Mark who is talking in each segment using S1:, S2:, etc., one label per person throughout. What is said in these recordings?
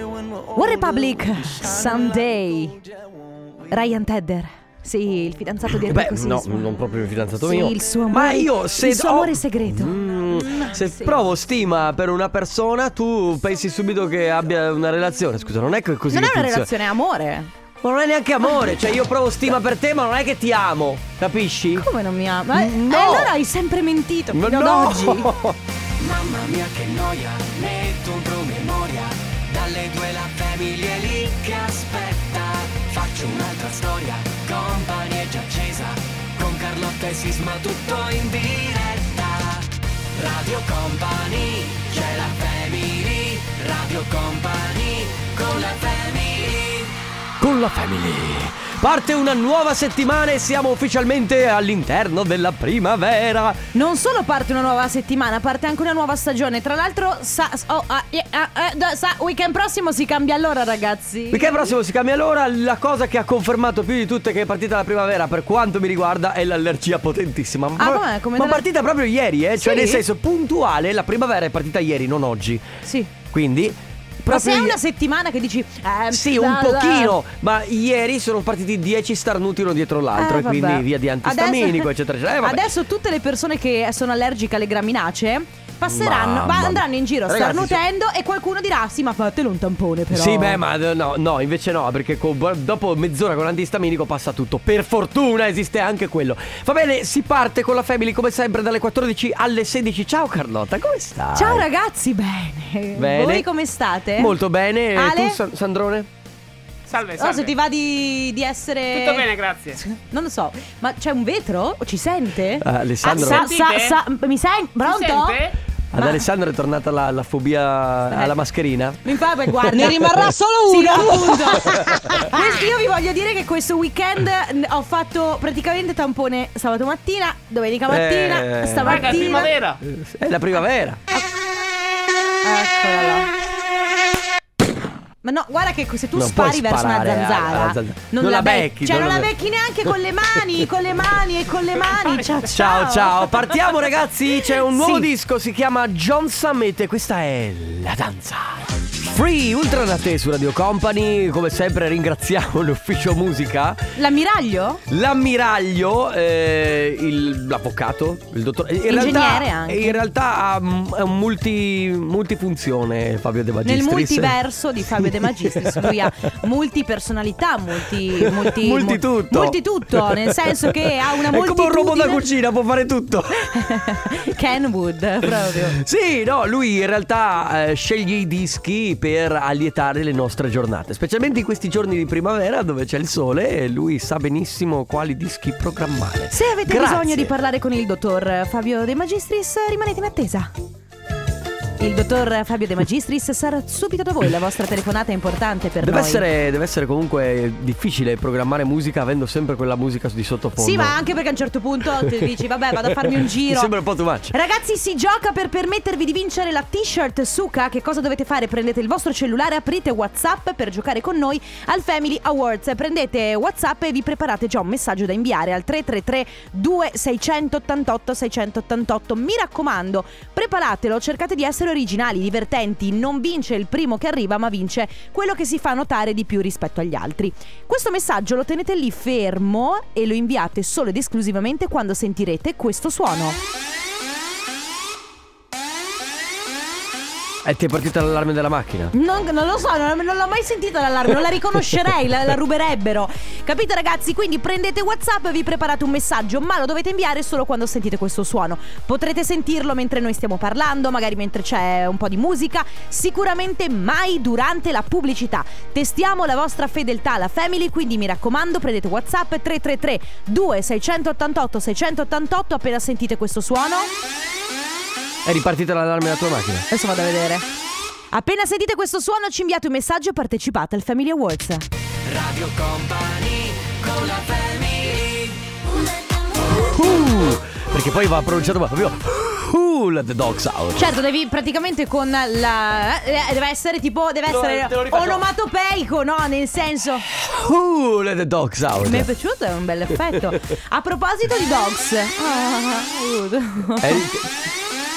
S1: One Republic, Someday. Ryan Tedder. Sì, il fidanzato di
S2: Beh,
S1: Enrico
S2: no,
S1: Sisma.
S2: non proprio il fidanzato
S1: Sì,
S2: mio.
S1: il suo amore.
S2: Ma io se
S1: il suo
S2: ho-
S1: amore segreto.
S2: Mm, se
S1: sì.
S2: provo stima per una persona, tu pensi subito che abbia una relazione. Scusa, non è che così.
S1: non
S2: che
S1: è una
S2: funziona.
S1: relazione, è amore.
S2: Ma non è neanche amore. Cioè, io provo stima per te, ma non è che ti amo. Capisci?
S1: Come non mi ama? Eh,
S2: Mm, No.
S1: eh, allora hai sempre mentito fino
S2: Ma
S1: ad
S2: no!
S1: oggi.
S3: Mamma mia che noia, metto un promemoria. Dalle due la famiglia è lì che aspetta. Faccio un'altra storia, company è già accesa. Con Carlotta e Sisma tutto in diretta. Radio Company, c'è la family. Radio Company, con la family.
S2: Con la family. Parte una nuova settimana e siamo ufficialmente all'interno della primavera.
S1: Non solo parte una nuova settimana, parte anche una nuova stagione. Tra l'altro, sa, oh, ah, eh, ah, eh, da- sa- weekend prossimo si cambia allora, ragazzi.
S2: Weekend prossimo si cambia l'ora. La cosa che ha confermato più di tutte che è partita la primavera, per quanto mi riguarda, è l'allergia potentissima. ma
S1: Ah, com'è? Come
S2: ma
S1: della-
S2: partita proprio ieri, eh? Cioè,
S1: Sì?
S2: nel senso, puntuale, la primavera è partita ieri, non oggi.
S1: Sì.
S2: Quindi.
S1: Ma
S2: proprio
S1: se è
S2: ie-
S1: una settimana che dici. eh,
S2: Sì, un
S1: la- la-
S2: pochino, ma ieri sono partiti 10 starnuti uno dietro l'altro
S1: Eh,
S2: e quindi
S1: vabbè.
S2: via di antistaminico,
S1: Adesso-
S2: eccetera, eccetera. Eh, vabbè.
S1: Adesso tutte le persone che sono allergiche alle graminacee passeranno,
S2: Mamma
S1: va- andranno in giro
S2: Ragazzi,
S1: starnutendo e qualcuno dirà "Sì, ma fatelo un tampone però".
S2: Sì, beh, ma no, no, invece no, perché co- dopo mezz'ora con l'antistaminico passa tutto. Per fortuna esiste anche quello. Va bene, si parte con la family come sempre dalle 14 alle 16. Ciao Carlotta, come stai?
S1: Ciao ragazzi, bene.
S2: Bene.
S1: Voi come state?
S2: Molto bene. E
S1: Ale?
S2: Tu, San- Sandrone?
S4: Salve,
S1: Oh,
S4: salve.
S1: se ti va di, di essere
S4: Tutto bene, grazie.
S1: Non lo so, ma c'è un vetro? Ci sente?
S2: Ah, Alessandro.
S1: Ah, sa- sa-
S4: Sentite?
S1: sa- mi senti? Pronto?
S4: sente?
S2: Ad Alessandro è tornata la, la fobia alla mascherina.
S1: Mi fa poi guarda.
S5: Ne rimarrà solo
S1: Sì,
S5: una.
S1: appunto. Questo- io vi voglio dire che questo weekend n- ho fatto praticamente tampone sabato mattina, domenica mattina,
S2: Eh.
S4: Raga, è
S1: stamattina.
S4: primavera.
S2: È la primavera.
S1: Eccola là. Ma no, guarda che se tu
S2: Non puoi
S1: spari verso una
S2: sparare
S1: zanzara,
S2: alla zanzara. Non la
S1: bec-
S2: becchi,
S1: Cioè,
S2: non
S1: non la
S2: la
S1: becchi neanche con le mani, con le mani e con le mani. Ciao, ciao.
S2: Ciao ciao, partiamo ragazzi, c'è un nuovo
S1: Sì.
S2: disco, si chiama John Summit e questa è la danza. Free, ultra da te su Radio Company, come sempre ringraziamo l'ufficio musica,
S1: L'ammiraglio?
S2: l'ammiraglio, eh, il- l'avvocato, il dottore... In
S1: Ingegnere
S2: realtà,
S1: anche.
S2: In realtà ha m- è un multi, multifunzione Fabio De Magistris.
S1: Nel multiverso di Fabio De Magistris, lui ha multipersonalità, multi, multi,
S2: multitutto.
S1: multitutto, nel senso che ha una
S2: È come
S1: moltitudine
S2: un robot da cucina, può fare tutto.
S1: Kenwood, proprio.
S2: Sì, no, lui in realtà eh, sceglie i dischi per allietare le nostre giornate, specialmente in questi giorni di primavera dove c'è il sole e lui sa benissimo quali dischi programmare.
S1: Se avete
S2: Grazie.
S1: bisogno di parlare con il dottor Fabio De Magistris, rimanete in attesa. Il dottor Fabio De Magistris sarà subito da voi, la vostra telefonata è importante per
S2: Deve
S1: noi.
S2: essere, deve essere comunque difficile programmare musica avendo sempre quella musica di sottofondo.
S1: Sì, ma anche perché a un certo punto ti dici, vabbè, vado a farmi un
S2: Mi
S1: giro.
S2: sembra un po' too much.
S1: Ragazzi, si gioca per permettervi di vincere la t-shirt Suka. Che cosa dovete fare? Prendete il vostro cellulare, aprite WhatsApp per giocare con noi al Family Awards. Prendete WhatsApp e vi preparate già un messaggio da inviare al 333 2688 688. Mi raccomando, preparatelo, cercate di essere originali, divertenti. Non vince il primo che arriva, ma vince quello che si fa notare di più rispetto agli altri. Questo messaggio lo tenete lì fermo e lo inviate solo ed esclusivamente quando sentirete questo suono.
S2: E Eh, ti è partita l'allarme della macchina.
S1: Non, non lo so, non, non l'ho mai sentita l'allarme, non la riconoscerei, la, la ruberebbero. Capite ragazzi? Quindi prendete WhatsApp e vi preparate un messaggio, ma lo dovete inviare solo quando sentite questo suono. Potrete sentirlo mentre noi stiamo parlando, magari mentre c'è un po' di musica, sicuramente mai durante la pubblicità. Testiamo la vostra fedeltà alla Family, quindi mi raccomando, prendete WhatsApp 333 2688 688 appena sentite questo suono.
S2: È ripartita l'allarme della tua macchina.
S1: Adesso vado a vedere. Appena sentite questo suono ci inviate un messaggio e partecipate al Family Awards.
S3: Radio Company, con la family.
S2: Uh, perché poi va pronunciato proprio. Uh, let the dogs out.
S1: Certo, devi praticamente con la... eh, deve essere tipo... Deve
S4: lo-
S1: essere
S4: te lo rifaccio.
S1: onomatopeico, no? Nel senso...
S2: Uh, let the dogs out.
S1: Mi è piaciuto, è un bel effetto. A proposito di dogs... Ah, aiuto.
S2: Eh,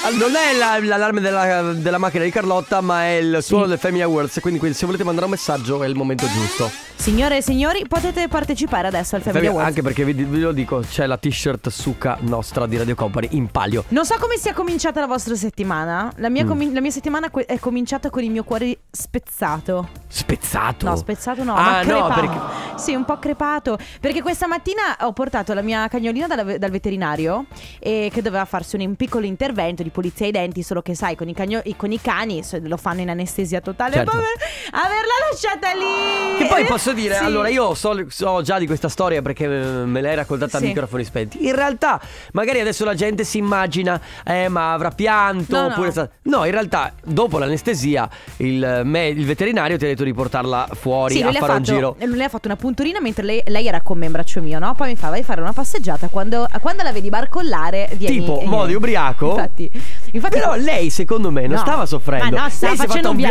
S2: Ah, Non è la- l'allarme della, della macchina di Carlotta, ma è il suono del Family Awards. Quindi, quindi se volete mandare un messaggio è il momento giusto.
S1: Signore e signori, potete partecipare adesso al Family Awards.
S2: Anche perché vi, vi lo dico, c'è la t-shirt suca nostra di Radio Company in palio.
S1: Non so come sia cominciata la vostra settimana. La
S4: Mm.
S1: mia, comi- la mia settimana que- è cominciata con il mio cuore spezzato.
S2: Spezzato.
S1: No, spezzato no, ma
S2: Ah, no,
S1: crepato.
S2: perché.
S1: Sì, un po' crepato. Perché questa mattina ho portato la mia cagnolina dalla- dal veterinario e che doveva farsi un piccolo intervento di pulizia ai denti, solo che sai, con i, cagno- i- con i cani se lo fanno in anestesia totale.
S2: Certo.
S1: Povera- averla lasciata lì.
S2: Che poi posso dire,
S1: Eh, Sì.
S2: allora io so, so già di questa storia perché eh, me l'hai raccontata
S1: Sì.
S2: a microfoni spenti. In realtà, magari adesso la gente si immagina, eh, ma avrà pianto.
S1: No, no.
S2: oppure è stata- no. in realtà, dopo l'anestesia, il, me- il veterinario ti ha detto di portarla fuori
S1: Sì,
S2: a
S1: lui le,
S2: fare
S1: ha
S2: un giro.
S1: fatto, lui le ha fatto una punturina mentre lei, lei era con me in braccio mio, no? Poi mi fa, vai a fare una passeggiata. Quando, quando la vedi barcollare, vieni.
S2: Tipo,
S1: e-
S2: mo' di ubriaco.
S1: Infatti, infatti
S2: Però lei, secondo me, non
S1: No.
S2: stava soffrendo.
S1: Ma no, stava
S2: lei si è fatta
S1: facendo
S2: un
S1: un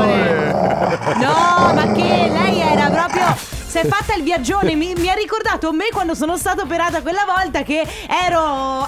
S2: viaggione.
S1: No, ma che lei era proprio. Si è fatta il viaggione, mi, mi ha ricordato me quando sono stata operata quella volta che ero.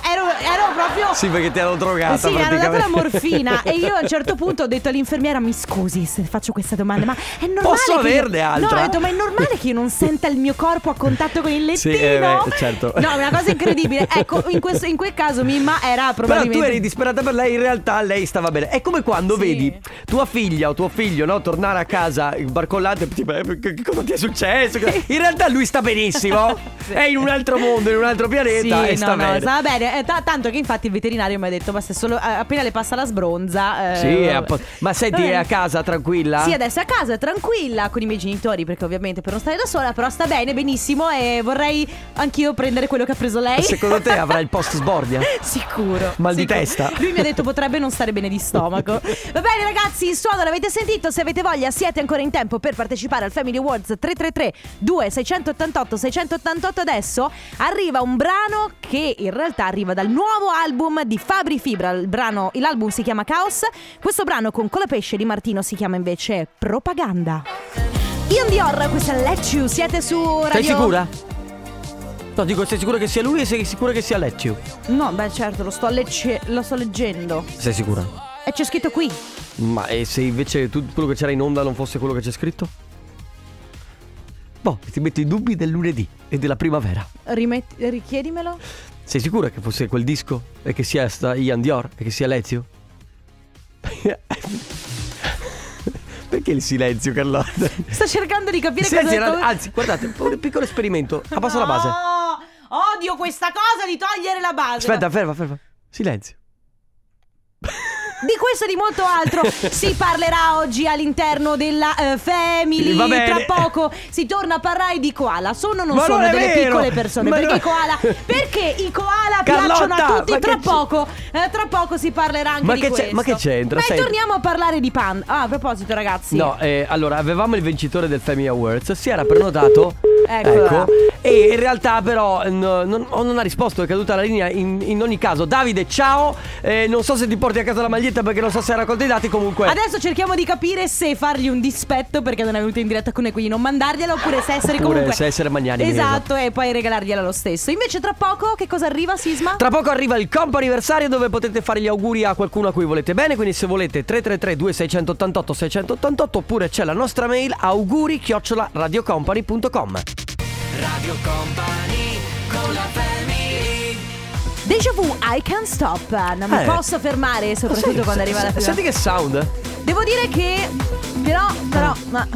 S1: ero, ero proprio.
S2: Sì, perché ti hanno drogata.
S1: Sì, mi hanno dato la
S2: praticamente.
S1: morfina e io a un certo punto ho detto all'infermiera mi scusi se faccio questa domanda, ma è normale
S2: Posso
S1: che io-
S2: averne altra?"
S1: No, ho detto ma è normale che io non senta il mio corpo a contatto con il lettino?
S2: Sì, eh, beh, certo.
S1: No, è una cosa incredibile. Ecco, in, questo, in quel caso Mimma era
S2: Però
S1: probabilmente
S2: tu eri disperata per lei, in realtà lei stava bene. È come quando
S1: Sì.
S2: vedi tua figlia o tuo figlio, no? Tornare a casa barcollante, tipo, "Eh, che- che cosa ti è successo? Che- In realtà lui sta benissimo. È in un altro mondo, in un altro
S1: Sì,
S2: pianeta e
S1: no,
S2: sta
S1: no,
S2: bene.
S1: stava bene. Eh, ta- tanto che infatti il veterinario mi ha detto: Ma se solo eh, appena le passa la sbronza. eh,
S2: Sì, è a
S1: vabbè."
S2: po- ma senti,
S1: Va bene.
S2: è a casa tranquilla?
S1: Eh. Sì, adesso è a casa, tranquilla con i miei genitori, perché ovviamente per non stare da sola, però sta bene, benissimo. E vorrei anch'io prendere quello che ha preso lei.
S2: Secondo te avrà il post sbordia?
S1: Sicuro.
S2: Mal di
S1: sicuro.
S2: testa?
S1: Lui mi ha detto potrebbe non stare bene di stomaco. Va bene ragazzi, il suono l'avete sentito, se avete voglia siete ancora in tempo per partecipare al Family Awards 333 2688 688 adesso arriva un brano che in realtà arriva dal nuovo album di Fabri Fibra, il brano l'album si chiama Chaos. Questo brano con Colapesce di Martino si chiama invece Propaganda. Ian Dior, questa è Let You, siete su Radio
S2: Sei sicura? No, dico, sei sicura che sia lui e sei sicura che sia Lecciu?
S1: No, beh certo, lo sto, legge- lo sto leggendo.
S2: Sei sicura?
S1: E c'è scritto qui.
S2: Ma e se invece tutto quello che c'era in onda non fosse quello che c'è scritto? Boh, ti metto i dubbi del lunedì e della primavera.
S1: Rimetti, eh, richiedimelo.
S2: Sei sicura che fosse quel disco? E che sia sta Ian Dior? E che sia Lezio? Perché il silenzio, Carlotta?
S1: Sto cercando di capire
S2: Silenzio,
S1: cosa
S2: era- anzi, guardate, un piccolo esperimento. Abbassa la base.
S1: No, odio questa cosa di togliere la base.
S2: Aspetta, ferma, ferma. Silenzio.
S1: Di questo e di molto altro si parlerà oggi all'interno della eh, Family.
S2: Va bene.
S1: Tra poco si torna a parlare di koala. Sono o non
S2: Ma
S1: sono
S2: non è
S1: delle
S2: vero.
S1: piccole persone?
S2: Ma
S1: perché,
S2: no.
S1: i koala, perché i koala
S2: Carlotta,
S1: piacciono a tutti?
S2: ma
S1: Tra
S2: che c'è?
S1: poco, eh, tra poco si parlerà anche
S2: Ma
S1: di
S2: che c'è-
S1: questo.
S2: ma che c'entra?
S1: Beh,
S2: Senti.
S1: torniamo a parlare di panda. Ah, a proposito, ragazzi.
S2: No, eh, allora avevamo il vincitore del Family Awards, si era prenotato. ecco,
S1: Eccola.
S2: e in realtà però no, non, o non ha risposto, è caduta la linea. In, in ogni caso, Davide, ciao. eh, non so se ti porti a casa la maglietta perché non so se hai raccolto i dati. Comunque,
S1: Adesso cerchiamo di capire se fargli un dispetto perché non è venuto in diretta con noi, quindi non mandargliela oppure se essere
S2: Oppure
S1: comunque
S2: se essere magnanimi,
S1: Esatto, e poi regalargliela lo stesso. Invece tra poco che cosa arriva Sisma?
S2: Tra poco arriva il compo anniversario dove potete fare gli auguri a qualcuno a cui volete bene, quindi se volete 333 2688 688 oppure c'è la nostra mail auguri chiocciola radiocompany.com.
S1: Deja vu, I can't stop. Non mi
S2: Eh.
S1: posso fermare, soprattutto quando arriva la prima.
S2: Senti che sound?
S1: Devo dire che però però ma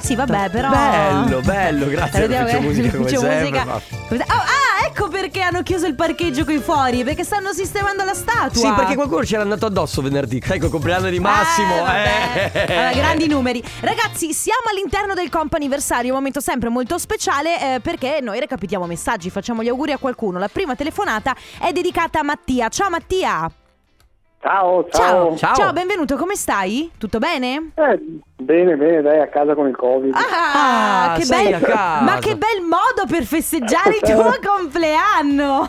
S1: Sì, vabbè, però
S2: Bello, bello, grazie.
S1: Vediamo,
S2: Faccio
S1: eh.
S2: musica come
S1: Faccio
S2: sempre.
S1: musica.
S2: ma-
S1: Come- Oh, ah, ecco perché hanno chiuso il parcheggio qui fuori, perché stanno sistemando la statua.
S2: Sì, perché qualcuno c'era andato addosso venerdì. Sai, col compleanno di Massimo.
S1: Eh, vabbè.
S2: eh.
S1: Allora, grandi numeri. Ragazzi, siamo all'interno del comp anniversario, un momento sempre molto speciale eh, perché noi recapitiamo messaggi, facciamo gli auguri a qualcuno. La prima telefonata è dedicata a Mattia. Ciao Mattia.
S4: Ciao,
S1: Ciao.
S4: ciao.
S2: Ciao.
S1: benvenuto, come stai? Tutto bene?
S4: Eh, bene, bene, dai, a casa con il Covid.
S2: Ah,
S1: che
S2: sei
S1: bel,
S2: a casa.
S1: ma che bel modo per festeggiare il tuo compleanno!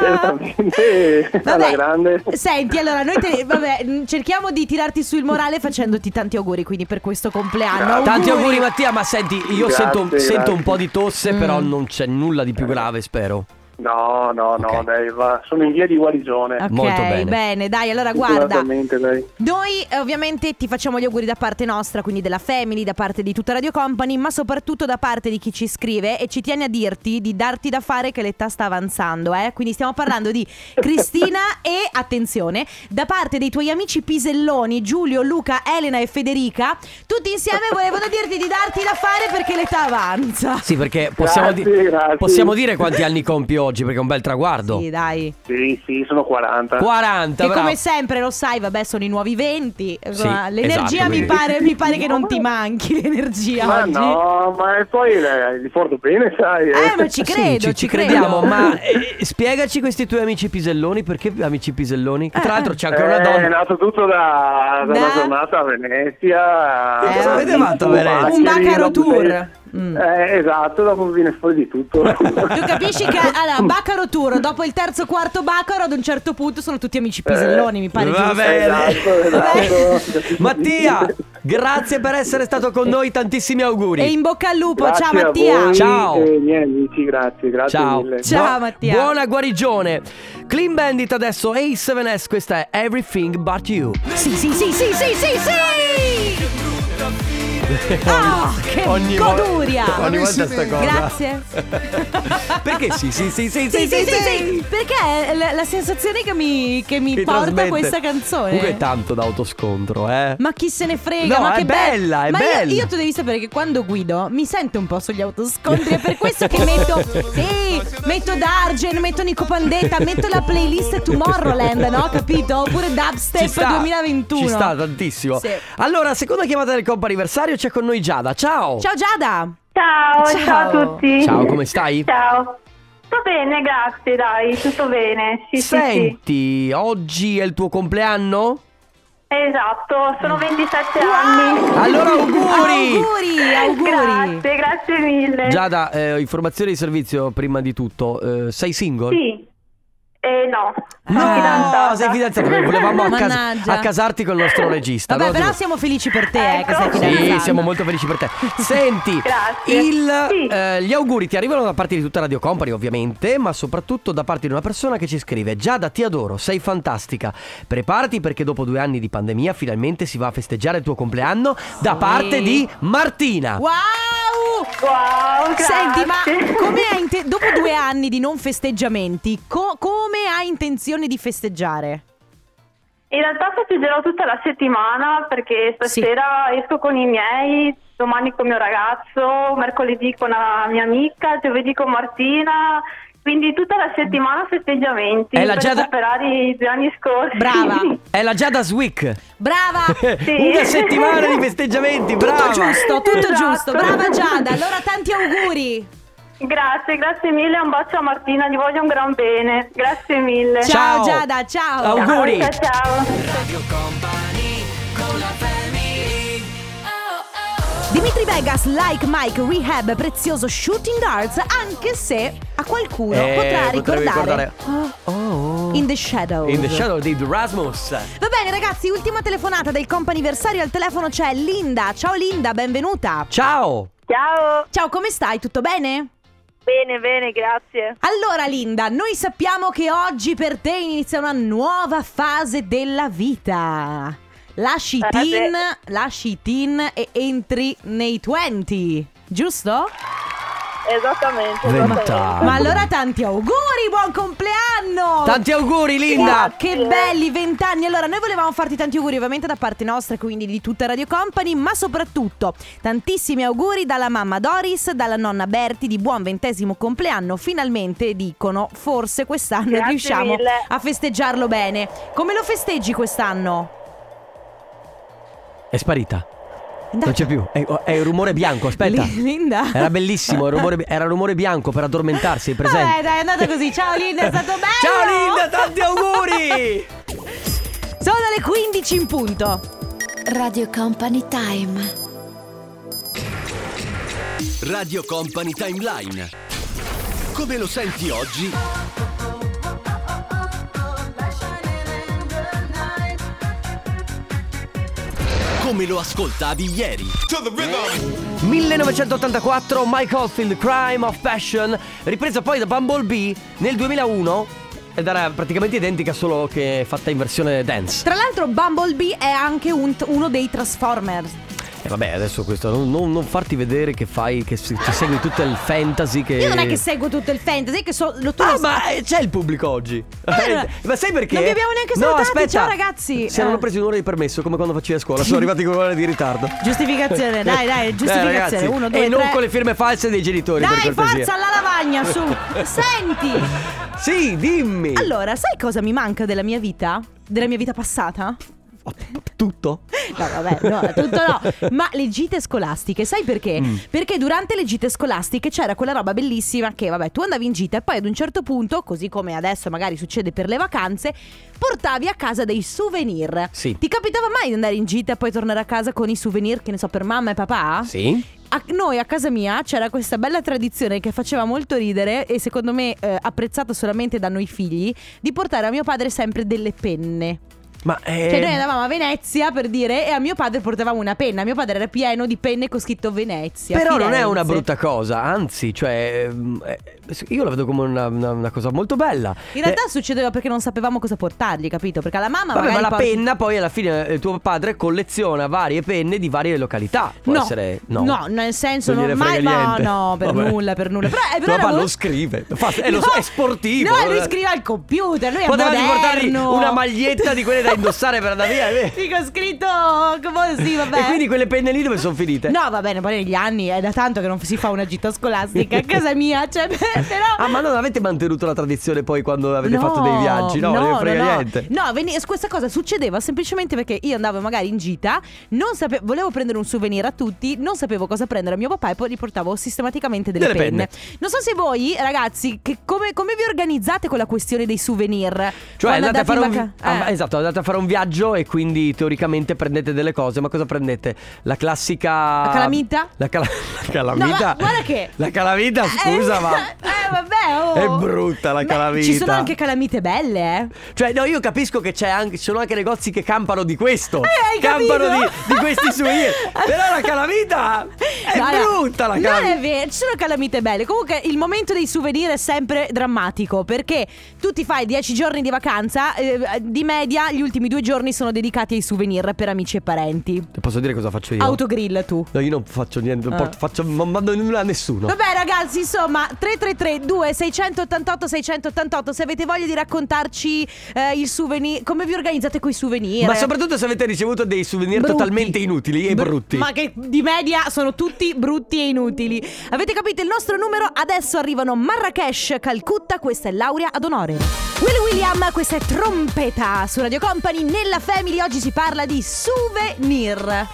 S4: Certamente, alla grande.
S1: Senti, allora noi te- vabbè, mh, cerchiamo di tirarti su il morale facendoti tanti auguri quindi per questo compleanno.
S2: Tanti auguri Mattia, ma senti, io
S4: Grazie,
S2: sento,
S4: grazie.
S2: sento un po' di tosse,
S1: Mm.
S2: però non c'è nulla di più grave, spero.
S4: No, no, no,
S2: Ok.
S4: dai, va. sono in via di guarigione.
S1: Ok,
S2: Molto bene.
S1: dai, allora guarda.
S4: Fortunatamente, dai.
S1: Noi eh, ovviamente ti facciamo gli auguri da parte nostra, quindi della Family, da parte di tutta Radio Company, ma soprattutto da parte di chi ci scrive e ci tiene a dirti di darti da fare che l'età sta avanzando, eh. Quindi stiamo parlando di Cristina e attenzione, da parte dei tuoi amici piselloni Giulio, Luca, Elena e Federica, tutti insieme volevano dirti di darti da fare perché l'età avanza.
S2: Sì, perché possiamo, di-
S4: Grazie, grazie.
S2: possiamo dire quanti anni compi oggi, perché è un bel traguardo.
S1: Sì, dai.
S4: Sì, sì, sono 40.
S2: 40,
S1: Che
S2: bravo.
S1: come sempre lo sai, vabbè, sono i nuovi 20. insomma,
S2: Sì,
S1: l'energia
S2: esatto,
S1: mi,
S2: quindi-
S1: pare, mi pare che non ti manchi l'energia
S4: ma
S1: oggi.
S4: no, ma e poi eh, li porto bene, sai.
S1: Eh, ma ci
S2: Sì,
S1: credo,
S2: ci, ci
S1: credo.
S2: crediamo, ma eh, spiegaci questi tuoi amici piselloni, perché amici piselloni? Tra l'altro c'è anche una
S4: Eh, È
S2: donna.
S4: nato tutto da, da
S1: Da?
S4: una giornata a Venezia.
S1: Eh,
S4: da
S1: avete
S2: fatto
S4: tutto,
S2: Venezia?
S1: Un Baccaro
S4: dopo
S1: Tour.
S4: sei-
S1: Mm.
S4: Eh, esatto, dopo viene fuori di tutto.
S1: Tu capisci che allora, Baccaro Tour, dopo il terzo quarto Baccaro, ad un certo punto sono tutti amici piselloni, mi pare
S2: Va
S1: giusto.
S2: bene.
S4: Esatto, esatto.
S2: Mattia, grazie per essere stato con noi, tantissimi auguri.
S1: E in bocca al lupo,
S4: Grazie
S1: ciao
S4: a
S1: Mattia.
S4: voi
S2: Ciao.
S4: E miei amici, grazie, grazie
S2: Ciao.
S4: mille.
S1: Ciao, Mattia.
S2: Buona guarigione. Clean Bandit adesso A7S, questa è Everything But You.
S1: Sì, sì, sì, sì, sì, sì, sì. Ah, che goduria.
S2: volta- Ogni volta sta cosa.
S1: Grazie.
S2: Perché sì, sì, sì, sì,
S1: Sì, sì, sì, sì. Perché è la, la sensazione che mi, che mi
S2: Ti
S1: porta
S2: trasmette.
S1: questa canzone.
S2: Comunque è tanto da autoscontro, eh.
S1: Ma chi se ne frega?
S2: No,
S1: ma
S2: è
S1: che be-
S2: bella, è
S1: ma
S2: bella.
S1: Io, io tu devi sapere che quando guido mi sento un po' sugli autoscontri. È per questo che metto. Sì, metto Dargen, metto Nico Pandetta, metto la playlist Tomorrowland, no? Capito? Oppure Dubstep
S2: Ci sta,
S1: 2021.
S2: Ci sta tantissimo.
S1: Sì.
S2: Allora, seconda chiamata del compo anniversario c'è con noi Giada. Ciao.
S1: Ciao Giada!
S5: Ciao,
S1: Ciao.
S5: ciao, a tutti.
S2: Ciao, come stai?
S5: Ciao. Va bene, grazie, dai, tutto bene. Sì, sì, sì.
S2: Senti, oggi è il tuo compleanno?
S5: Esatto, sono 27 anni.
S2: Allora auguri!
S1: Auguri, auguri!
S5: Grazie, grazie mille.
S2: Giada, eh, informazioni di servizio prima di tutto. Eh, sei single?
S5: Sì. Eh, no.
S2: No,
S5: sono fidanzata.
S2: Ah, sei fidanzata. Noi volevamo accas-
S1: Mannaggia.
S2: accasarti con il nostro regista.
S1: Vabbè,
S2: no?
S1: però siamo felici per te, eh, che sei
S5: Ecco.
S1: fidanzata.
S2: Sì, siamo molto felici per te. Senti,
S5: Grazie.
S2: il,
S5: Sì.
S2: eh, gli auguri ti arrivano da parte di tutta Radio Company, ovviamente, ma soprattutto da parte di una persona che ci scrive: Giada, ti adoro, sei fantastica. Preparati perché dopo due anni di pandemia finalmente si va a festeggiare il tuo compleanno da parte di Martina.
S1: Wow!
S5: Wow, grazie.
S1: Senti, ma come hai inte- dopo due anni di non festeggiamenti, co- come hai intenzione di festeggiare?
S5: In realtà festeggerò tutta la settimana perché
S1: Sì.
S5: stasera esco con i miei, domani con mio ragazzo, mercoledì con una mia amica, giovedì con Martina. Quindi tutta la settimana festeggiamenti
S2: È la
S5: per
S2: Giada-
S5: superare i due anni scorsi.
S1: Brava.
S2: È la Giada's Week.
S1: Brava!
S5: Sì.
S2: Eh, Una settimana di festeggiamenti, brava.
S1: Tutto giusto, tutto
S5: Esatto.
S1: giusto. Brava Giada, allora tanti auguri.
S5: grazie, grazie mille, un bacio a Martina, gli voglio un gran bene. Grazie mille.
S1: Ciao,
S2: Ciao.
S1: Giada, ciao.
S2: Auguri.
S5: Ciao, ciao.
S1: Dimitri Vegas, Like Mike, Rehab, prezioso Shooting Darts, anche se a qualcuno
S2: Eh,
S1: potrà
S2: potrebbe
S1: ricordare, Ah.
S2: ricordare- Oh.
S1: In the Shadows.
S2: In the shadow di Erasmus.
S1: Va bene ragazzi, ultima telefonata del comp'anniversario al telefono c'è Linda. Ciao Linda, benvenuta.
S2: Ciao.
S5: Ciao.
S1: Ciao, come stai? Tutto bene?
S5: Bene, bene, grazie.
S1: Allora Linda, noi sappiamo che oggi per te inizia una nuova fase della vita. Lasci i
S5: Eh,
S1: teen,
S5: beh.
S1: lasci i teen e entri nei 20, giusto?
S5: Esattamente. Ah.
S2: Vent'anni.
S1: Ma allora tanti auguri, buon compleanno!
S2: Tanti auguri,
S1: Ah,
S2: Linda.
S1: che belli vent'anni! Allora, noi volevamo farti tanti auguri ovviamente da parte nostra, quindi di tutta Radio Company, ma soprattutto tantissimi auguri dalla mamma Doris, dalla nonna Berti di buon ventesimo compleanno. Finalmente dicono, forse quest'anno
S5: Grazie
S1: riusciamo
S5: mille.
S1: a festeggiarlo bene. Come lo festeggi quest'anno?
S2: È sparita.
S1: Andata.
S2: Non c'è più. È, è il rumore bianco, aspetta.
S1: Lin- Linda.
S2: Era bellissimo, il rumore- era il rumore bianco per addormentarsi, hai
S1: Vabbè,
S2: presente?
S1: dai, Ah, è andata così. Ciao Linda, è stato bello!
S2: Ciao Linda, tanti auguri!
S1: Sono le 15 in punto.
S6: Radio Company Time.
S7: Radio Company Timeline. Come lo senti oggi? come lo ascoltavi ieri.
S2: 1984, Mike Oldfield, Crime of Passion, ripresa poi da Bumblebee nel 2001 ed era praticamente identica solo che fatta in versione dance.
S1: Tra l'altro Bumblebee è anche un- uno dei Transformers.
S2: E vabbè, adesso questo, non, non- non farti vedere che fai, che se- ci segui tutto il fantasy che...
S1: Io non è che seguo tutto il fantasy, che so, lo tu
S2: Eh. Ah,
S1: lo-
S2: ma eh, c'è il pubblico oggi.
S1: Eh,
S2: ma sai perché?
S1: non vi abbiamo neanche
S2: No,
S1: salutati,
S2: aspetta.
S1: ciao ragazzi.
S2: Si erano
S1: Eh.
S2: presi un'ora di permesso, come quando facevi a scuola. Sono arrivati con un'ora di ritardo.
S1: Giustificazione, dai, dai,
S2: Eh,
S1: giustificazione.
S2: ragazzi,
S1: Uno,
S2: E
S1: due,
S2: non
S1: tre.
S2: con le firme false dei genitori,
S1: Dai,
S2: per cortesia.
S1: forza alla lavagna, su. Senti.
S2: Sì, dimmi.
S1: Allora, sai cosa mi manca della mia vita? Della mia vita passata?
S2: Tutto?
S1: No, vabbè, no, tutto no. Ma le gite scolastiche, sai perché?
S2: Mm.
S1: Perché durante le gite scolastiche c'era quella roba bellissima che, vabbè, tu andavi in gita e poi ad un certo punto, così come adesso magari succede per le vacanze, portavi a casa dei souvenir.
S2: Sì.
S1: Ti capitava mai di andare in gita e poi tornare a casa con i souvenir, che ne so, per mamma e papà?
S2: Sì.
S1: A noi a casa mia c'era questa bella tradizione che faceva molto ridere e secondo me eh, apprezzata solamente da noi figli di portare a mio padre sempre delle penne.
S2: Ma eh,
S1: Cioè noi andavamo a Venezia per dire e a mio padre portavamo una penna. Mio padre era pieno di penne con scritto Venezia.
S2: Però non è
S1: Firenze.
S2: una brutta cosa, anzi, cioè, ehm, eh, io la vedo come una, una- una cosa molto bella.
S1: In realtà
S2: Eh,
S1: succedeva perché non sapevamo cosa portargli, capito? Perché alla mamma
S2: Vabbè, ma
S1: magari
S2: la
S1: porti-
S2: penna poi alla fine eh, tuo padre colleziona varie penne di varie località. Può
S1: No,
S2: essere.
S1: no,
S2: No,
S1: nel senso,
S2: Non
S1: non,
S2: gliene
S1: mai,
S2: frega
S1: no,
S2: niente.
S1: no, per
S2: Vabbè.
S1: nulla, per nulla. Però, eh, però
S2: Tuo
S1: era
S2: papà
S1: molto-
S2: lo scrive, lo fa- eh, lo so, è sportivo.
S1: No, lui scrive al computer, lui è
S2: Poteva portargli
S1: moderno.
S2: una maglietta di quelle da indossare per andare via. eh.
S1: Dico scritto così, vabbè.
S2: E quindi quelle penne lì dove sono finite?
S1: No, va bene, poi negli anni è da tanto che non si fa una gita scolastica a casa mia, cioè, beh, però...
S2: Ah, ma non avete mantenuto la tradizione poi quando avete
S1: No,
S2: fatto dei viaggi? No, non ne frega
S1: no.
S2: niente.
S1: No, veni- questa cosa succedeva semplicemente perché io andavo magari in gita, non sape- volevo prendere un souvenir a tutti, non sapevo cosa prendere a mio papà e poi gli portavo sistematicamente delle,
S2: Delle penne.
S1: Non so se voi, ragazzi, che- come, come vi organizzate con la questione dei souvenir?
S2: Cioè
S1: Quando
S2: andate a, fare
S1: in
S2: un...
S1: vaca-
S2: ah,
S1: eh.
S2: esatto, andate a fare un viaggio e quindi teoricamente prendete delle cose, ma cosa prendete? La classica...
S1: La calamita?
S2: La, cala- la calamita?
S1: No, ma guarda che-
S2: La calamita, scusa,
S1: Eh,
S2: ma...
S1: eh, vabbè, oh.
S2: È brutta la
S1: Beh,
S2: calamita.
S1: Ci sono anche calamite belle, eh.
S2: Cioè, no, io capisco che c'è anche, ci sono anche negozi che campano di questo.
S1: Eh, hai
S2: campano di,
S1: capito?
S2: di questi souvenir. Però la calamita è
S1: No, no,
S2: brutta la calamita.
S1: Non è vero, ci sono calamite belle. Comunque il momento dei souvenir è sempre drammatico perché tu ti fai 10 giorni di vacanza, eh, di media gli ultimi due giorni sono dedicati ai souvenir per amici e parenti.
S2: Ti Posso dire cosa faccio io?
S1: Autogrill tu.
S2: No, io non faccio niente, non,
S1: Ah.
S2: porto- faccio, non mando nulla a nessuno.
S1: Vabbè ragazzi, insomma, 333 2688 688 se avete voglia di raccontarci eh, il souvenir, come vi organizzate con i souvenir?
S2: Ma soprattutto se avete ricevuto dei souvenir
S1: eh. Brutti.
S2: totalmente inutili e
S1: Bru-
S2: brutti.
S1: Ma che di media sono tutti brutti e inutili. Avete capito il nostro numero? Adesso arrivano Marrakesh, Calcutta, questa è Laurea ad onore. Willy William, questa è Trompeta su Radio Company. Nella Family oggi si parla di souvenir.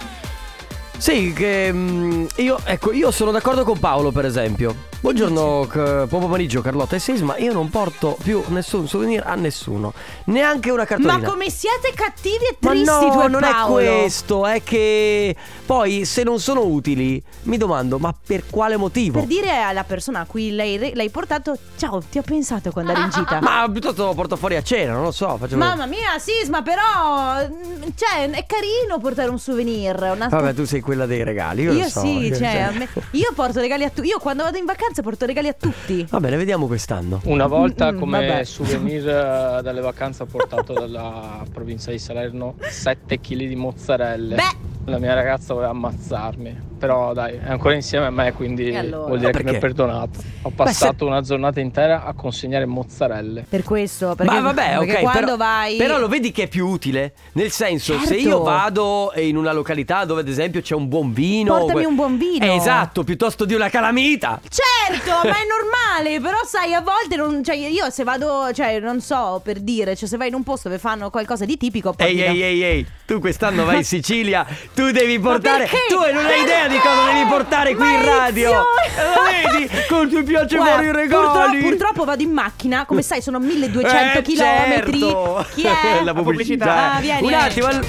S2: Sì, che mm, io, ecco, io sono d'accordo con Paolo, per esempio. Buongiorno, c- buon pomeriggio Carlotta e Sisma. Io non porto più nessun souvenir a nessuno, neanche una cartolina.
S1: Ma come siete cattivi e
S2: Ma
S1: tristi
S2: no,
S1: tu e
S2: non
S1: Paolo.
S2: è questo, è che poi se non sono utili mi domando ma per quale motivo?
S1: Per dire alla persona a cui l'hai, l'hai portato, ciao, ti ho pensato quando eri in gita.
S2: Ma piuttosto lo porto fuori a cena, non lo so, faccio
S1: Mamma mia, Sisma, però. mm, Cioè, è carino portare un souvenir. Una...
S2: Vabbè, tu sei quella dei regali, io,
S1: Io
S2: lo so.
S1: sì, cioè, a me- io porto regali a tutti. Io quando vado in vacanza porto regali a tutti.
S2: Va bene, vediamo quest'anno.
S8: Una volta
S1: Mm,
S8: come
S1: vabbè.
S8: souvenir eh, dalle vacanze ho portato dalla provincia di Salerno 7 kg di mozzarelle.
S1: Beh.
S8: La mia ragazza voleva ammazzarmi, però dai, è ancora insieme a me, quindi
S1: E allora?
S8: vuol dire
S2: Ma
S8: che mi ha
S2: perché?
S8: perdonato. Ho
S2: Beh, se-
S8: passato una giornata intera a consegnare mozzarelle.
S1: Per questo, perché,
S2: Ma vabbè,
S1: perché
S2: ok.
S1: quando
S2: però,
S1: vai
S2: però lo vedi che è più utile? Nel senso, se
S1: Certo.
S2: io vado in una località dove, ad esempio, c'è un buon vino.
S1: Portami un buon vino.
S2: Eh, esatto, piuttosto di una calamita.
S1: Certo, ma è normale, però sai, a volte non cioè io se vado, cioè non so, per dire, cioè se vai in un posto dove fanno qualcosa di tipico, poi
S2: Ehi,
S1: ti do-
S2: ehi, ehi, ehi, tu quest'anno vai in Sicilia, tu devi portare.
S1: perché?
S2: Tu non hai idea di cosa
S1: Perché?
S2: devi portare qui in radio.
S1: Maurizio!
S2: Lo vedi? Con ti piace
S1: Guarda,
S2: fare i regali.
S1: purtroppo, purtroppo vado in macchina, come sai, sono 1200
S2: Eh,
S1: chilometri.
S2: certo.
S1: Chi è? eh.
S2: La pubblicità.
S1: Ah, vieni,
S2: Un
S1: vieni.
S2: attimo. al-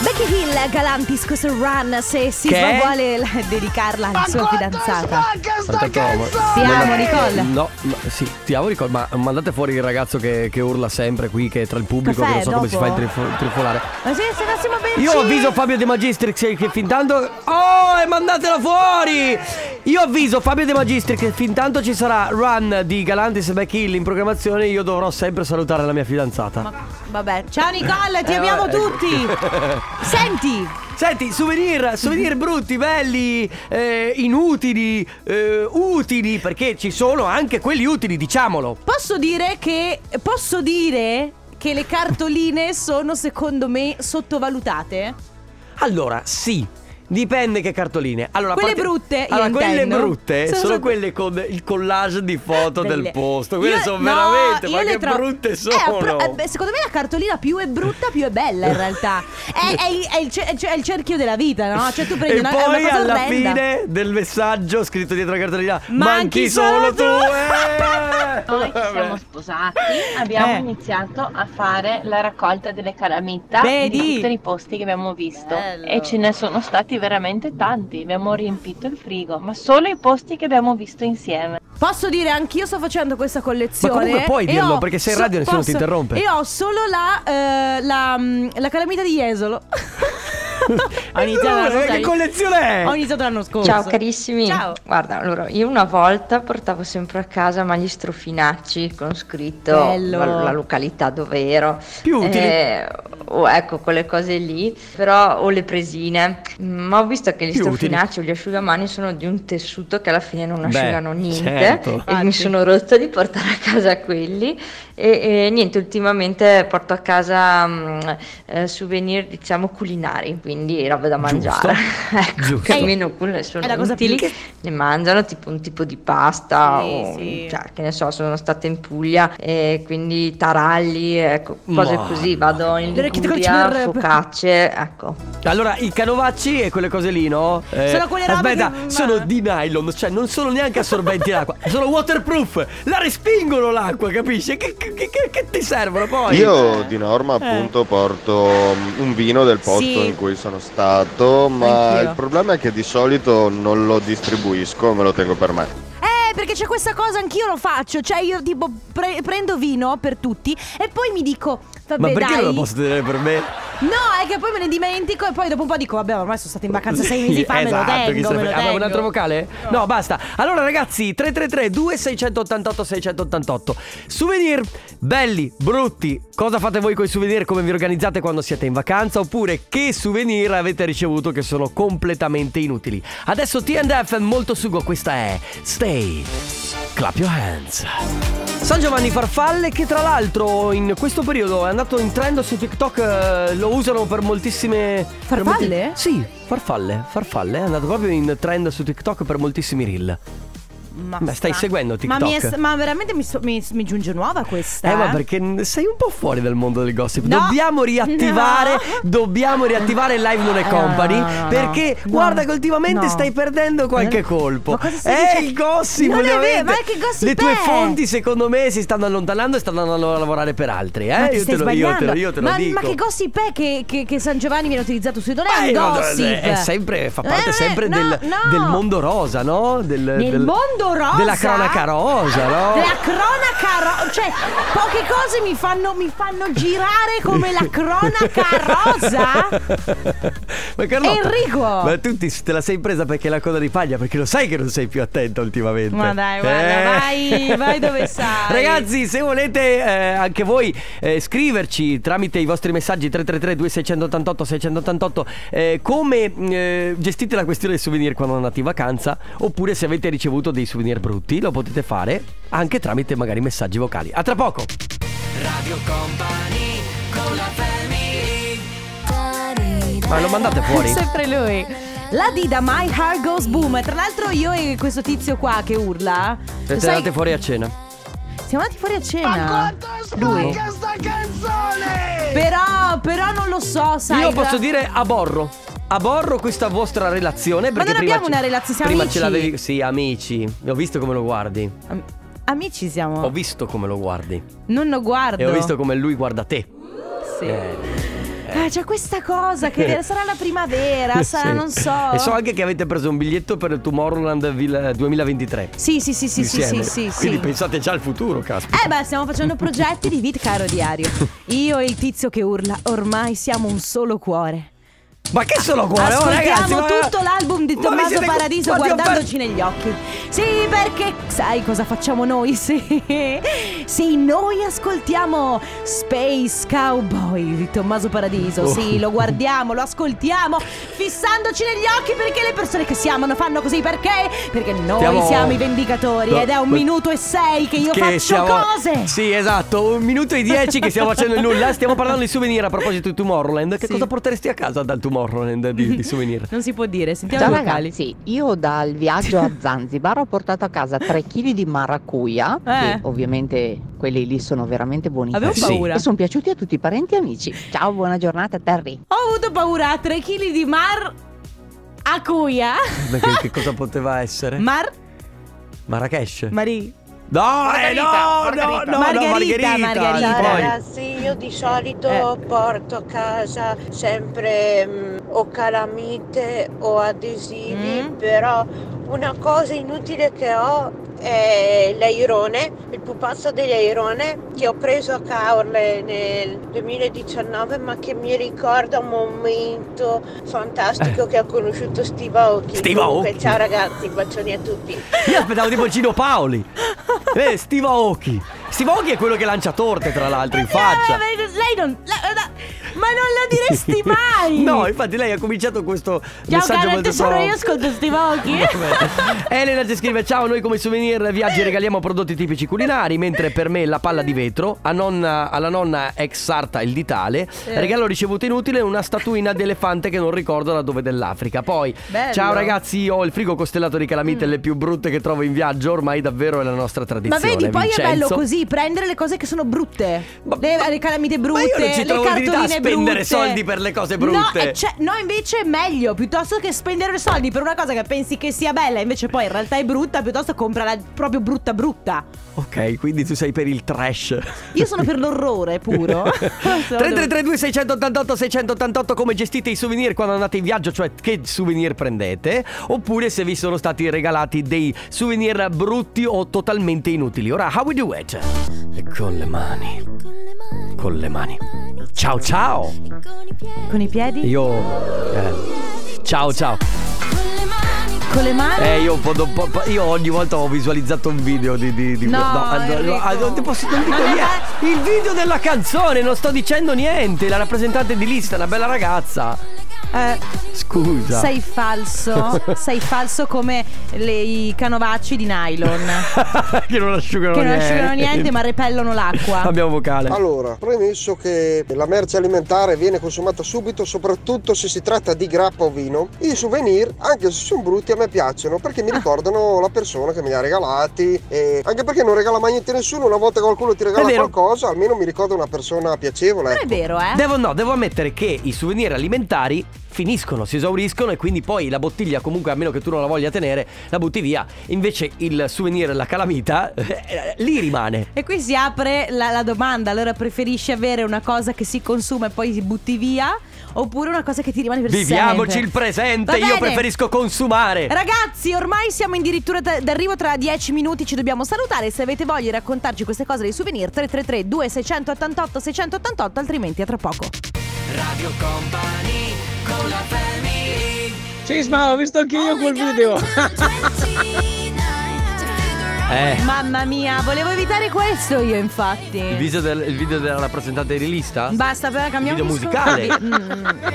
S1: Back Becky Hill, Galantis, questo run, se Sisma
S2: Che?
S1: vuole la- dedicarla alla sua fidanzata. Ti
S2: Non la-
S1: amo, Nicole.
S2: No, no, sì, ti amo Nicole, ma mandate fuori il ragazzo che, che urla sempre qui, che è tra il pubblico,
S1: Caffè,
S2: che non so come si
S1: dopo.
S2: fa a trifo- trifolare.
S1: Ma se se fossimo ben
S2: Io
S1: cinque-
S2: avviso Fabio De Magistris che fin tanto. Oh, e mandatela fuori! Io avviso Fabio De Magistris che fin tanto ci sarà run di Galantis e Back Hill in programmazione, io dovrò sempre salutare la mia fidanzata.
S1: Ma- Vabbè, ciao Nicole,
S2: Eh,
S1: ti amiamo tutti. Senti,
S2: Senti, souvenir, souvenir brutti, belli, eh, inutili, eh, utili, perché ci sono anche quelli utili, diciamolo.
S1: posso dire che posso dire che le cartoline sono secondo me sottovalutate?
S2: Allora, sì. Dipende che cartoline. Allora,
S1: Quelle brutte, io
S2: Allora, quelle
S1: intendo.
S2: brutte
S1: Sono
S2: sono,
S1: sotto-
S2: quelle con il collage di foto del
S1: Belle.
S2: posto. Quelle
S1: Io-
S2: sono
S1: no,
S2: veramente.
S1: io
S2: Ma
S1: le
S2: che
S1: trovo-
S2: brutte
S1: Eh,
S2: sono.
S1: pro- eh, beh, secondo me la cartolina più è brutta, più è bella in realtà. È, è il- è il, cer- cioè, è il cerchio della vita, no? Cioè tu prendi
S2: e
S1: una, è una
S2: poi
S1: cosa
S2: alla
S1: orrenda.
S2: fine del messaggio scritto dietro la cartolina:
S1: Manchi solo
S2: solo tu!
S1: tu."
S2: eh!
S9: Noi ci siamo sposati, abbiamo
S1: Eh.
S9: iniziato a fare la raccolta delle calamita
S1: Vedi?
S9: di tutti i posti che abbiamo visto
S1: Bello.
S9: e ce ne sono stati veramente tanti, abbiamo riempito il frigo, ma solo i posti che abbiamo visto insieme.
S1: Posso dire, anch'io sto facendo questa collezione.
S2: Ma comunque puoi
S1: e
S2: dirlo,
S1: ho
S2: perché sei in radio, nessuno ti interrompe.
S1: E ho solo la, eh, la, mm, la calamita di Jesolo. ho iniziato
S2: Tesoro,
S1: l'anno
S2: eh, Che
S1: scorso.
S2: collezione è?
S1: Ho iniziato l'anno scorso.
S10: Ciao carissimi,
S1: Ciao.
S10: guarda allora io una volta portavo sempre a casa magli strofinacci con scritto
S1: Bello.
S10: la, la località dove ero,
S2: Più utili.
S10: Eh, o ecco quelle cose lì, però o le presine, Mm, ma ho visto che gli
S2: Più utili.
S10: strofinacci o gli asciugamani sono di un tessuto che alla fine non
S2: Beh,
S10: asciugano niente
S2: certo.
S10: e
S1: Infatti.
S10: mi sono rotta di portare a casa quelli e, e niente ultimamente porto a casa mm, eh, souvenir diciamo culinari, quindi roba da mangiare, ecco,
S2: Giusto.
S10: che almeno quelle sono
S1: È la cosa
S10: utili
S1: più-
S10: ne mangiano tipo un tipo di pasta
S1: Sì,
S10: o
S1: sì.
S10: cioè, che ne so, sono stata in Puglia e quindi taralli, ecco, cose
S2: Ma
S10: così,
S2: no.
S10: vado in
S1: Direi che ti
S10: Liguria,
S1: concedo-
S10: focacce, ecco.
S2: Allora, i canovacci e quelle cose lì, no? Eh,
S1: Sono quelle robe
S2: Aspetta,
S1: che-
S2: sono di nylon, cioè non sono neanche assorbenti l'acqua, sono waterproof, la respingono l'acqua, capisci? Che, che- che- che ti servono Eh, poi?
S11: Io di norma appunto porto mm, un vino del posto
S1: Sì.
S11: in cui sono stato, ma
S1: Anch'io.
S11: il problema è che di solito non lo distribuisco, me lo tengo per me.
S1: Eh, perché c'è questa cosa, anch'io lo faccio. Cioè, io tipo pre- prendo vino per tutti e poi mi dico, vabbè,
S2: Ma perché
S1: dai.
S2: non lo posso tenere per me?
S1: No, è che poi me ne dimentico e poi dopo un po' dico, vabbè, ormai sono stata in vacanza sei mesi fa,
S2: esatto,
S1: me
S2: chi se ne
S1: lo tengo, me lo
S2: frega. Abbiamo un
S1: tengo.
S2: altro vocale? No, basta. Allora ragazzi, 333 2688 688. Souvenir belli, brutti. Cosa fate voi con i souvenir? Come vi organizzate quando siete in vacanza? Oppure che souvenir avete ricevuto che sono completamente inutili? Adesso TNF molto sugo, questa è Stay. Clap your hands. San Giovanni Farfalle che tra l'altro in questo periodo è andato in trend su TikTok, eh, lo usano per moltissime... per molti-
S1: Farfalle?
S2: Sì, farfalle, farfalle, è andato proprio in trend su TikTok per moltissimi reel. Ma
S1: sta-
S2: stai seguendo
S1: Ma, mi è-
S2: TikTok?
S1: ma veramente mi, so- mi- mi giunge nuova questa.
S2: Eh, ma perché n- sei un po' fuori dal mondo del gossip.
S1: No.
S2: Dobbiamo riattivare,
S1: No.
S2: dobbiamo riattivare Live Non è
S1: Eh,
S2: Company.
S1: no, no, no.
S2: perché
S1: No.
S2: guarda che ultimamente
S1: No.
S2: stai perdendo qualche
S1: Ma-
S2: colpo.
S1: ma cosa stai
S2: Eh,
S1: dicendo?
S2: il gossip.
S1: Non è vero,
S2: ovviamente.
S1: ma che gossip
S2: Le tue
S1: è?
S2: fonti, secondo me, si stanno allontanando e stanno andando a lavorare per altri. Eh?
S1: Ma ti
S2: io,
S1: stai
S2: te lo, io
S1: sbagliando.
S2: te lo, io te lo
S1: ma, ma
S2: dico.
S1: che gossip è che, che- che San Giovanni viene utilizzato sui donori?
S2: Eh,
S1: È un
S2: no, no,
S1: gossip.
S2: è- è sempre, fa parte
S1: Eh,
S2: sempre
S1: no,
S2: del,
S1: no.
S2: del mondo rosa, no? Del,
S1: Del mondo rosa?
S2: Della cronaca rosa, no?
S1: La cronaca rosa, cioè poche cose mi fanno, mi fanno girare come la cronaca rosa.
S2: ma Carlotta,
S1: Enrico!
S2: Ma tu ti, te la sei presa perché è la coda di paglia? Perché lo sai che non sei più attenta ultimamente. Eh?
S1: Ma dai, guarda, vai- vai dove sai.
S2: Ragazzi, se volete eh, anche voi eh, scriverci tramite i vostri messaggi 333-2688-688 eh, come eh, gestite la questione dei souvenir quando andate in vacanza oppure se avete ricevuto dei souvenir brutti lo potete fare anche tramite magari messaggi vocali. A tra poco! Ma lo mandate fuori?
S1: Sempre lui. La Dida My Heart Goes Boom. Tra l'altro io e questo tizio qua che urla.
S2: Siete
S1: sai-
S2: andate fuori a cena.
S1: Siamo andati fuori a cena. Ma quanto è sta canzone! Però, però non lo so, sai.
S2: Io
S1: tra-
S2: posso dire aborro. Aborro questa vostra relazione. Perché
S1: non
S2: prima
S1: abbiamo
S2: ce-
S1: una relazione, siamo
S2: prima
S1: amici.
S2: ce l'avevi. Sì, amici. Ho visto come lo guardi.
S1: Am- Amici siamo.
S2: Ho visto come lo guardi. Eh,
S1: non lo guardo.
S2: E ho visto come lui guarda te. Eh.
S1: sì. Ah, c'è questa cosa che sarà la primavera, sarà
S2: Eh, Sì.
S1: non so.
S2: E so anche che avete preso un biglietto per il Tomorrowland vil- 2023.
S1: Sì, sì, sì, sì, sì,
S2: Insieme.
S1: sì, sì,
S2: Quindi
S1: sì.
S2: pensate già al futuro, caspita.
S1: Eh beh, stiamo facendo progetti di vita, caro diario. Io e il tizio che urla, ormai siamo un solo cuore.
S2: Ma che solo cuore, oh, ragazzi,
S1: Ascoltiamo
S2: ma-
S1: tutto l'album di
S2: ma
S1: Tommaso
S2: mi siete-
S1: Paradiso
S2: quanti ho
S1: guardandoci negli occhi. Sì, perché sai cosa facciamo noi? Sì, sì noi ascoltiamo Space Cowboy di Tommaso Paradiso.
S12: Oh.
S1: Sì, lo guardiamo, lo ascoltiamo, fissandoci negli occhi perché le persone che si amano fanno così. Perché? Perché noi
S2: Stiamo-
S1: siamo i vendicatori
S2: No,
S1: ed è un
S2: ma-
S1: minuto e sei che io
S2: che
S1: faccio
S2: siamo-
S1: cose.
S2: Sì, esatto, un minuto e dieci che stiamo facendo il nulla. Stiamo parlando di souvenir a proposito di Tomorrowland. Che cosa porteresti a casa dal Tomorrowland di, di souvenir?
S1: Non si può dire, sentiamo
S10: Ciao
S1: i vocali.
S10: ragazzi, io dal viaggio a Zanzibar ho portato a casa 3 kg di
S1: Eh.
S10: maracuja, che ovviamente quelli lì sono veramente buonissimi.
S1: Avevo Sì. paura.
S10: E sono piaciuti a tutti i parenti e amici. Ciao, buona giornata Terry.
S1: Ho avuto paura a 3 kg di mar a cuia.
S2: Ma che, che cosa poteva essere?
S1: Mar
S2: Marrakesh?
S1: Mari
S2: No, eh, no, no, no, no, Margherita,
S5: Ciao,
S2: Poi-
S5: ragazzi, io di solito
S2: Eh.
S5: porto a casa sempre mm, o calamite o adesivi,
S2: Mm.
S5: però una cosa inutile che ho è l'airone, il pupazzo dell'airone che ho preso a Caorle nel 2019 ma che mi ricorda un momento fantastico che ho conosciuto Steve Aoki.
S2: Eh. Steve
S5: Comunque,
S2: Aoki.
S5: Ciao ragazzi, bacioni a tutti.
S2: Io aspettavo tipo Gino Paoli. Eh, Steve Aoki. Steve Aoki è quello che lancia torte, tra l'altro, in faccia.
S1: Lei non. la- la- ma non la diresti mai!
S2: No, infatti lei ha cominciato questo
S1: Ciao
S2: messaggio
S1: cara,
S2: molto
S1: tesoro,
S2: pro-
S1: io ascolto sti occhi.
S2: Vabbè. Elena ci scrive Ciao, noi come souvenir viaggi regaliamo prodotti tipici culinari Mentre per me la palla di vetro a nonna- Alla nonna ex sarta il ditale
S13: Eh.
S2: Regalo ricevuto inutile Una statuina d'elefante che non ricordo da dove dell'Africa Poi
S13: Bello.
S2: Ciao ragazzi, ho il frigo costellato di calamite Le più brutte che trovo in viaggio Ormai davvero è la nostra
S1: Mm. Ma
S2: tradizione
S1: vedi, poi è bello
S2: Vincenzo.
S1: così prendere le cose che sono brutte. le, le calamite brutte,
S2: non ci
S1: le
S2: trovo
S1: cartoline
S2: utilità a spendere
S1: brutte.
S2: soldi per le cose brutte.
S1: No, eh, cioè, no, invece è meglio piuttosto che spendere soldi per una cosa che pensi che sia bella, invece poi in realtà è brutta, piuttosto comprala proprio brutta brutta.
S2: Ok, quindi tu sei per il trash
S1: Io sono per l'orrore puro.
S2: 3332 688 688 come gestite i souvenir quando andate in viaggio, cioè che souvenir prendete, oppure se vi sono stati regalati dei souvenir brutti o totalmente inutili. Ora, how we do it? Con le mani. Con le mani. Ciao ciao.
S1: Con i piedi?
S2: Io eh, Ciao ciao.
S1: Con le mani?
S2: Eh, io, po- do- po- io ogni volta ho visualizzato un video di. di, di
S1: No,
S2: eh,
S1: Enrico.
S2: eh, non ti posso non dico
S1: Non ne
S2: niente. Il video della canzone, non sto dicendo niente. La rappresentante di lista, una bella ragazza.
S1: Eh,
S2: Scusa.
S1: Sei falso, sei falso come le- i canovacci di nylon
S2: che non asciugano
S1: che non
S2: niente.
S1: asciugano niente ma Eh? repellono l'acqua.
S2: Abbiamo vocale.
S14: Allora, premesso che la merce alimentare viene consumata subito, soprattutto se si tratta di grappa o vino, i souvenir, anche se sono brutti, a me piacciono perché
S1: Ah.
S14: mi ricordano la persona che me li ha regalati. E anche perché non regala mai niente a nessuno, una volta che qualcuno ti regala qualcosa, almeno mi ricorda una persona piacevole. ecco.
S1: eh.
S2: Devo, no, devo ammettere che i souvenir alimentari finiscono, si esauriscono e quindi poi la bottiglia comunque a meno che tu non la voglia tenere la butti via. Invece il souvenir la calamita eh, eh, lì rimane.
S1: E qui si apre la, la domanda, allora preferisci avere una cosa che si consuma e poi si butti via oppure una cosa che ti rimane per
S2: Viviamoci
S1: sempre?
S2: il presente,
S1: Va
S2: io
S1: bene.
S2: preferisco consumare.
S1: Ragazzi, ormai siamo addirittura d'arrivo tra 10 minuti, ci dobbiamo salutare. Se avete voglia di raccontarci queste cose dei souvenir 333 2688 688, altrimenti a tra poco.
S15: Radio Company con la family
S8: Sisma, ho visto anche io quel video.
S2: Eh.
S1: Mamma mia, volevo evitare questo io infatti.
S2: Il video, del- il video della rappresentante di lista?
S1: Basta, però cambiamo
S2: Video
S1: discorso.
S2: musicale.
S1: Mm,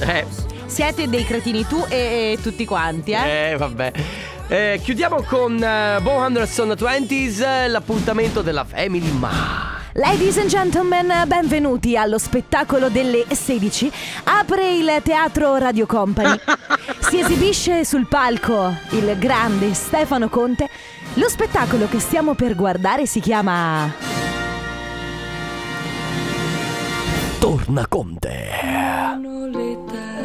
S2: Eh,
S1: Siete dei cretini tu e, e tutti quanti, eh?
S2: eh, vabbè. Eh, chiudiamo con eh, Bo Anderson 20s, eh, l'appuntamento della Family Ma.
S1: Ladies and gentlemen, benvenuti allo spettacolo delle 16. Apre il teatro Radio Company. Si esibisce sul palco il grande Stefano Conte. Lo spettacolo che stiamo per guardare si chiama
S2: Torna Conte.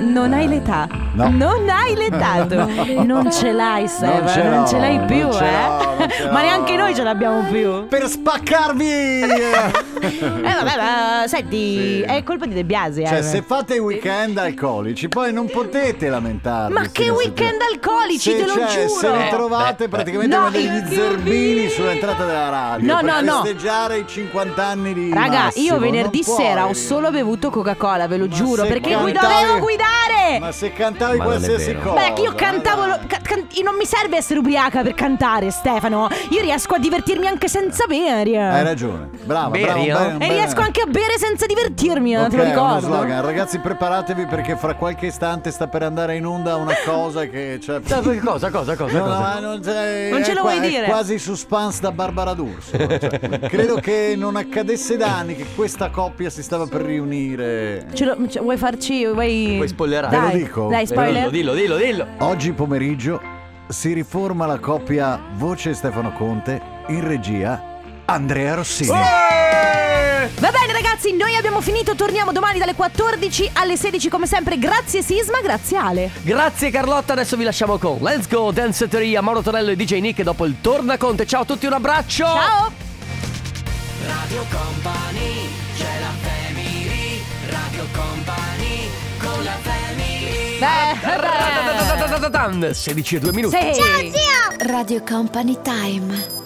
S1: Non hai l'età.
S2: No.
S1: Non hai l'età. tu.
S2: No.
S1: Non ce l'hai, Seba. Non ce,
S16: ce l'ho,
S1: l'hai più,
S16: non ce
S1: eh.
S16: l'ho, non ce
S1: Ma
S16: l'ho.
S1: neanche noi ce l'abbiamo più.
S16: Per spaccarvi!
S1: eh, vabbè, ma senti, è colpa di De Biasi.
S14: Cioè,
S1: eh.
S14: se fate i weekend alcolici, poi non potete lamentarvi.
S1: Ma
S14: se
S1: che
S14: ne siete-
S1: weekend alcolici,
S14: Se-
S1: te lo
S14: cioè,
S1: giuro. Eh,
S14: Se vi trovate praticamente
S1: No,
S14: come degli
S1: io-
S14: zerbini sull'entrata della radio
S1: No,
S14: per
S1: no, no.
S14: festeggiare i 50 anni di
S1: Raga,
S14: Massimo,
S1: io venerdì
S14: non puoi.
S1: sera ho solo bevuto Coca-Cola, ve lo giuro,
S14: se
S1: perché
S14: cantavi-
S1: gui- dovevo guidare.
S14: Ma se cantavi
S2: Ma non è
S14: qualsiasi
S2: vero.
S14: cosa. eh.
S1: Beh, che io cantavo. lo- ca- can- io non mi serve essere ubriaca per cantare, Stefano. Io riesco a divertirmi anche senza bere.
S14: Hai ragione. Brava, brava.
S2: Berio?
S14: un bel- un
S1: eh? E
S14: bel-
S1: riesco anche a bere senza divertirmi, eh,
S14: Ok,
S1: te lo
S14: uno
S1: ricordo.
S14: slogan. Ragazzi, preparatevi perché fra qualche istante sta per andare in onda una cosa che. Cioè,
S2: Ah, Cosa, cosa, cosa?
S14: No, eh, no,
S2: cosa?
S14: ma non, c'è-
S1: Non ce
S14: è
S1: lo
S14: qua-
S1: vuoi
S14: è
S1: dire?
S14: quasi suspense da Barbara D'Urso. cioè, credo che non accadesse da anni che questa coppia si stava per riunire.
S1: Ce lo- ce- vuoi farci. Vuoi...
S2: Puoi spoilerare.
S14: Ve lo
S1: Dai,
S14: dico?
S1: Dai, spoiler.
S2: Eh, Dillo, dillo, dillo, dillo.
S14: Oggi pomeriggio si riforma la coppia Voce Stefano Conte in regia Andrea Rossini.
S2: Oh! Eh!
S1: Va bene, ragazzi, noi abbiamo finito. Torniamo domani dalle 14 alle 16, come sempre. Grazie, Sisma. Grazie, Ale.
S2: Grazie Carlotta, adesso vi lasciamo con Let's Go Dance Teoria, Mauro Tonello e DJ Nick e dopo il Torna Conte. Ciao a tutti, un abbraccio!
S1: Ciao.
S3: Radio Company, c'è la family, Radio Company, con la family.
S2: Ta-ta-ta-ta-ta-ta-ta-ta-tan. 16 e 2 minuti.
S6: Radio Company Time